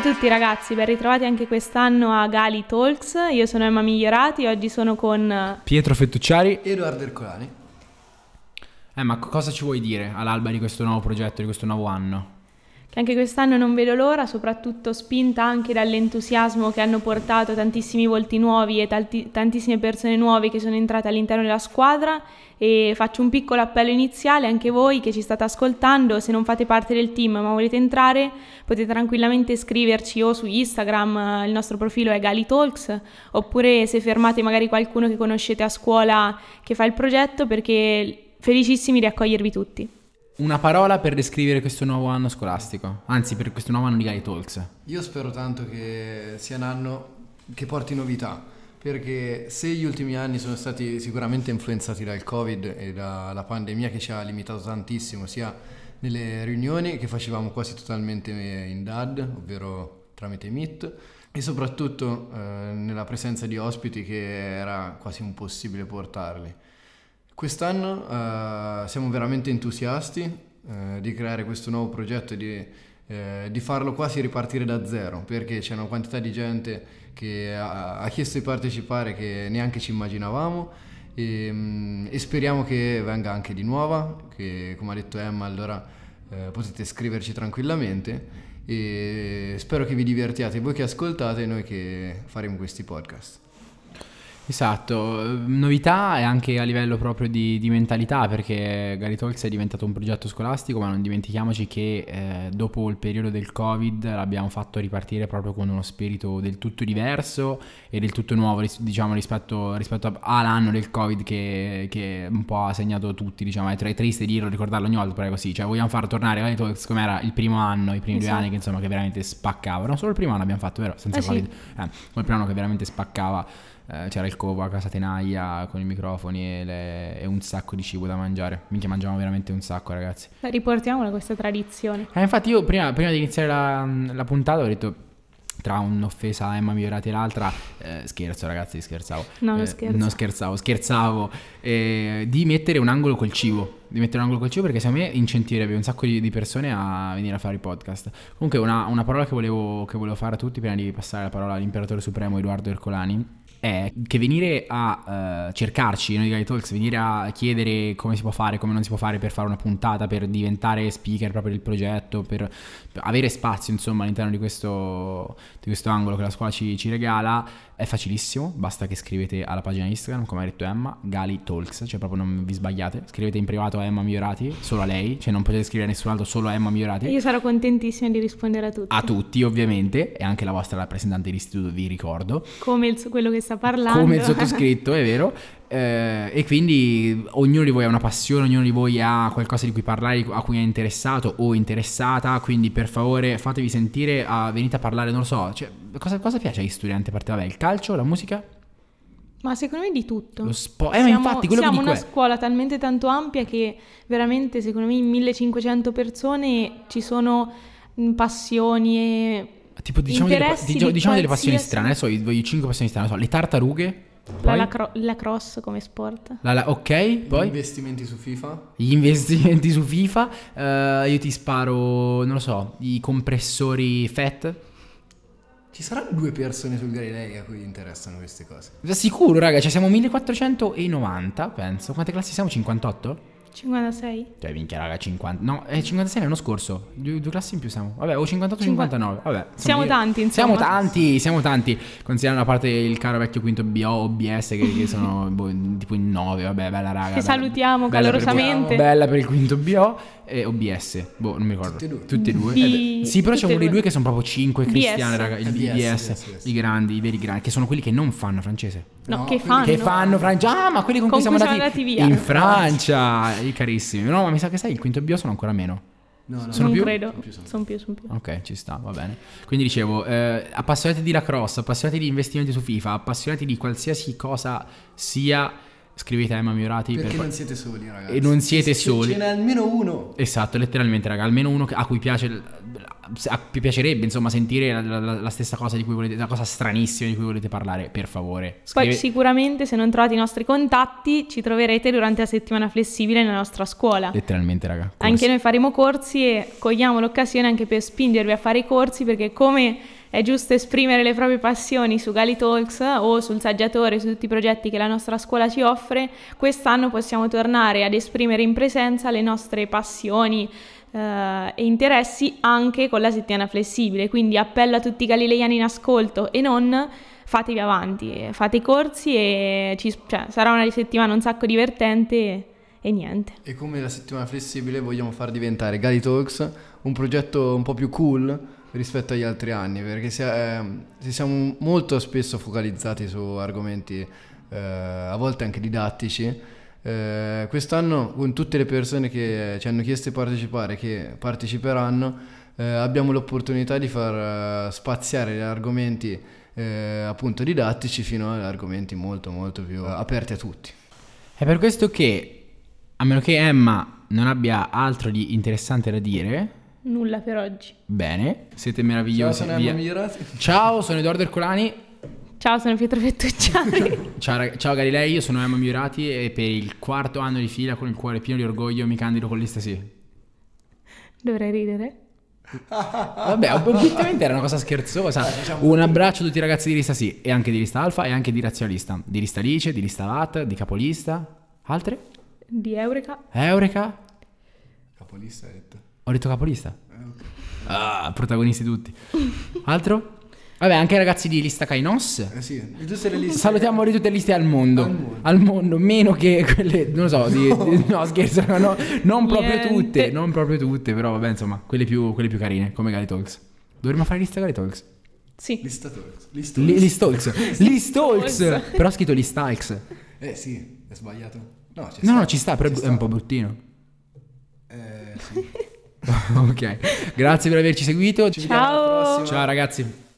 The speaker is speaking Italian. tutti ragazzi, ben ritrovati anche quest'anno a Gali Talks. Io sono Emma Migliorati, oggi sono con... Pietro Fettucciari. Edoardo Ercolani. Eh, ma co- cosa ci vuoi dire all'alba di questo nuovo progetto, di questo nuovo anno? che anche quest'anno non vedo l'ora, soprattutto spinta anche dall'entusiasmo che hanno portato tantissimi volti nuovi e tanti- tantissime persone nuove che sono entrate all'interno della squadra e faccio un piccolo appello iniziale anche voi che ci state ascoltando, se non fate parte del team ma volete entrare potete tranquillamente scriverci o su Instagram, eh, il nostro profilo è GaliTalks, oppure se fermate magari qualcuno che conoscete a scuola che fa il progetto perché felicissimi di accogliervi tutti. Una parola per descrivere questo nuovo anno scolastico, anzi per questo nuovo anno di Gali Talks. Io spero tanto che sia un anno che porti novità, perché se gli ultimi anni sono stati sicuramente influenzati dal Covid e dalla pandemia che ci ha limitato tantissimo, sia nelle riunioni che facevamo quasi totalmente in DAD, ovvero tramite Meet, e soprattutto eh, nella presenza di ospiti che era quasi impossibile portarli. Quest'anno eh, siamo veramente entusiasti eh, di creare questo nuovo progetto e di, eh, di farlo quasi ripartire da zero, perché c'è una quantità di gente che ha, ha chiesto di partecipare che neanche ci immaginavamo e, mm, e speriamo che venga anche di nuova, che come ha detto Emma allora eh, potete scriverci tranquillamente e spero che vi divertiate voi che ascoltate e noi che faremo questi podcast. Esatto, eh, novità e anche a livello proprio di, di mentalità perché Gali Talks è diventato un progetto scolastico ma non dimentichiamoci che eh, dopo il periodo del Covid l'abbiamo fatto ripartire proprio con uno spirito del tutto diverso e del tutto nuovo ris- diciamo rispetto, rispetto a- all'anno del Covid che, che un po' ha segnato tutti diciamo è, tr- è triste dirlo, ricordarlo ogni volta però è così cioè vogliamo far tornare Gali Talks come era il primo anno, i primi due Esatto. anni che insomma che veramente spaccavano, solo il primo anno abbiamo fatto vero? Senza Eh sì. Covid, eh, il primo anno che veramente spaccava eh, c'era il covo a casa tenaglia con i microfoni e, le- e un sacco di cibo da mangiare. Minchia, mangiamo veramente un sacco, ragazzi. Beh, Riportiamola questa tradizione. Eh, infatti, io prima, prima di iniziare la, la puntata ho detto. Tra un'offesa a Emma Migliorati e l'altra, eh, scherzo ragazzi, scherzavo. No, non Eh, scherzo. Non scherzavo, scherzavo. eh, di mettere un angolo col cibo. Di mettere un angolo col cibo perché secondo me incentiverebbe un sacco di, di persone a venire a fare i podcast. Comunque, una, una parola che volevo, che volevo fare a tutti prima di passare la parola all'imperatore supremo Edoardo Ercolani. È che venire a eh, cercarci noi di Guy Talks, venire a chiedere come si può fare, come non si può fare per fare una puntata, per diventare speaker proprio del progetto, per avere spazio insomma all'interno di questo, di questo angolo che la scuola ci, ci regala è facilissimo, basta che scrivete alla pagina Instagram, come ha detto Emma, Gali Talks, cioè proprio non vi sbagliate, scrivete in privato a Emma Migliorati, solo a lei, cioè non potete scrivere a nessun altro, solo a Emma Migliorati. Io sarò contentissima di rispondere a tutti. A tutti ovviamente, e anche la vostra rappresentante dell'istituto vi ricordo, Come il- quello che sta parlando. come il sottoscritto, è vero. Eh, e quindi ognuno di voi ha una passione, ognuno di voi ha qualcosa di cui parlare, di cu- a cui è interessato o interessata. Quindi per favore fatevi sentire, ah, venite a parlare, non lo so. Cioè, cosa, cosa piace agli studenti a parte? Vabbè, il calcio, la musica, ma secondo me di tutto. lo sport. Eh, ma infatti quello che siamo dico una è. scuola talmente tanto ampia che veramente secondo me in 1500 persone ci sono mh, passioni e... Tipo diciamo, delle, pa- interessi dicio- di diciamo delle passioni qualsiasi- strane. Adesso io voglio 5 passioni strane, non so, le tartarughe. La, poi- lacro- lacrosse come sport. la la- ok, poi Investimenti su FIFA? gli investimenti su FIFA. eh, io ti sparo, non lo so, i compressori FET. Ci saranno due persone sul Galilei a cui interessano queste cose. Sicuro, raga, cioè siamo 1490, penso. Quante classi siamo? 58? 56. Cioè, minchia, raga, 50. No, eh, 56 l'anno scorso. Due, due classi in più siamo. Vabbè, o 58 59. Vabbè. insomma, Siamo io- tanti, insomma. Siamo tanti, siamo tanti. Considerando a parte il caro vecchio quinto BO, OBS, che, che sono boh, tipo in 9. Vabbè, bella, raga. Che bella- salutiamo bella per- calorosamente. Bella per il quinto BO e OBS. Boh, non mi ricordo. Tutte e due. Tutte e due. Di- Eh beh, Sì, però c'è tutte e uno dei due. due che sono proprio 5 BS. cristiane, raga. Il Eh, BS, BS, BS. i grandi, i veri grandi, che sono quelli che non fanno francese. No, No, che quelli fanno? Che fanno Francia? Ah, ma quelli con, Con cui siamo cui andati, siamo andati via. in Francia, i carissimi. No, ma mi sa che sai, il quinto bio sono ancora meno. No, no, Sono Ah. non più? credo. più, sono più. Sono più, sono più. Ok, ci sta, va bene. Quindi dicevo, eh, appassionati di lacrosse, appassionati di investimenti su FIFA, appassionati di qualsiasi cosa sia scrivete a Emma Miurati Perché per non siete soli, ragazzi. e non siete Ce- soli. Ce n'è almeno uno. Esatto, letteralmente, raga, almeno uno che- a cui piace a cui piacerebbe, insomma, sentire la, la- la stessa cosa di cui volete, la cosa stranissima di cui volete parlare, per favore. Poi Scrive- sicuramente se non trovate i nostri contatti ci troverete durante la settimana flessibile nella nostra scuola. Letteralmente, raga. corsi. Anche noi faremo corsi e cogliamo l'occasione anche per spingervi a fare i corsi perché come è giusto esprimere le proprie passioni su Gali Talks o sul saggiatore, su tutti i progetti che la nostra scuola ci offre, quest'anno possiamo tornare ad esprimere in presenza le nostre passioni eh, e interessi anche con la settimana flessibile. Quindi appello a tutti i galileiani in ascolto e non fatevi avanti, fate i corsi e ci- cioè, sarà una settimana un sacco divertente e- e niente. E come la settimana flessibile vogliamo far diventare Gali Talks un progetto un po' più cool rispetto agli altri anni, perché si, ehm, si siamo molto spesso focalizzati su argomenti eh, a volte anche didattici. Eh, quest'anno con tutte le persone che ci hanno chiesto di partecipare, che parteciperanno, eh, abbiamo l'opportunità di far eh, spaziare gli argomenti eh, appunto didattici fino ad argomenti molto molto più eh, aperti a tutti. È per questo che, a meno che Emma non abbia altro di interessante da dire, Nulla per oggi. bene, siete meravigliosi. via. Migliorati. Ciao, sono Edoardo Ercolani. Ciao, sono Pietro Fettucciari. Ciao, rag- ciao Galilei, io sono Emma Miurati e per il quarto anno di fila con il cuore pieno di orgoglio mi candido con l'istasi. Dovrei ridere. Vabbè, ob- obiettivamente era una cosa scherzosa. Un abbraccio a tutti i ragazzi di lista sì, e anche di lista alfa e anche di razionalista. Di lista lice, di lista lat, di capolista. Altre? Di Eureka. Eh, Eureka? Capolista hai detto. Eh, Ho detto capolista. Ah, protagonisti tutti. Altro? Vabbè, anche i ragazzi di lista Kainos. Eh sì, di tutte le liste. Salutiamo di tutte le liste al mondo. Al mondo. Al mondo, meno che quelle, non lo so, di- di- no scherzo, no, no, non proprio Niente. tutte, non proprio tutte, però vabbè, insomma, quelle più, quelle più carine, come Gali Talks. Dovremmo fare lista Gali Talks. Sì. Lista Talks. Lista Li- Listalks. Listalks. Listalks. Però ha scritto Listalks. Eh sì, è sbagliato. No, c'è No, sta. no, ci sta, però Ci è un po' bruttino. Eh sì. ok. Grazie per averci seguito. Ciao. alla prossima. Ciao ragazzi.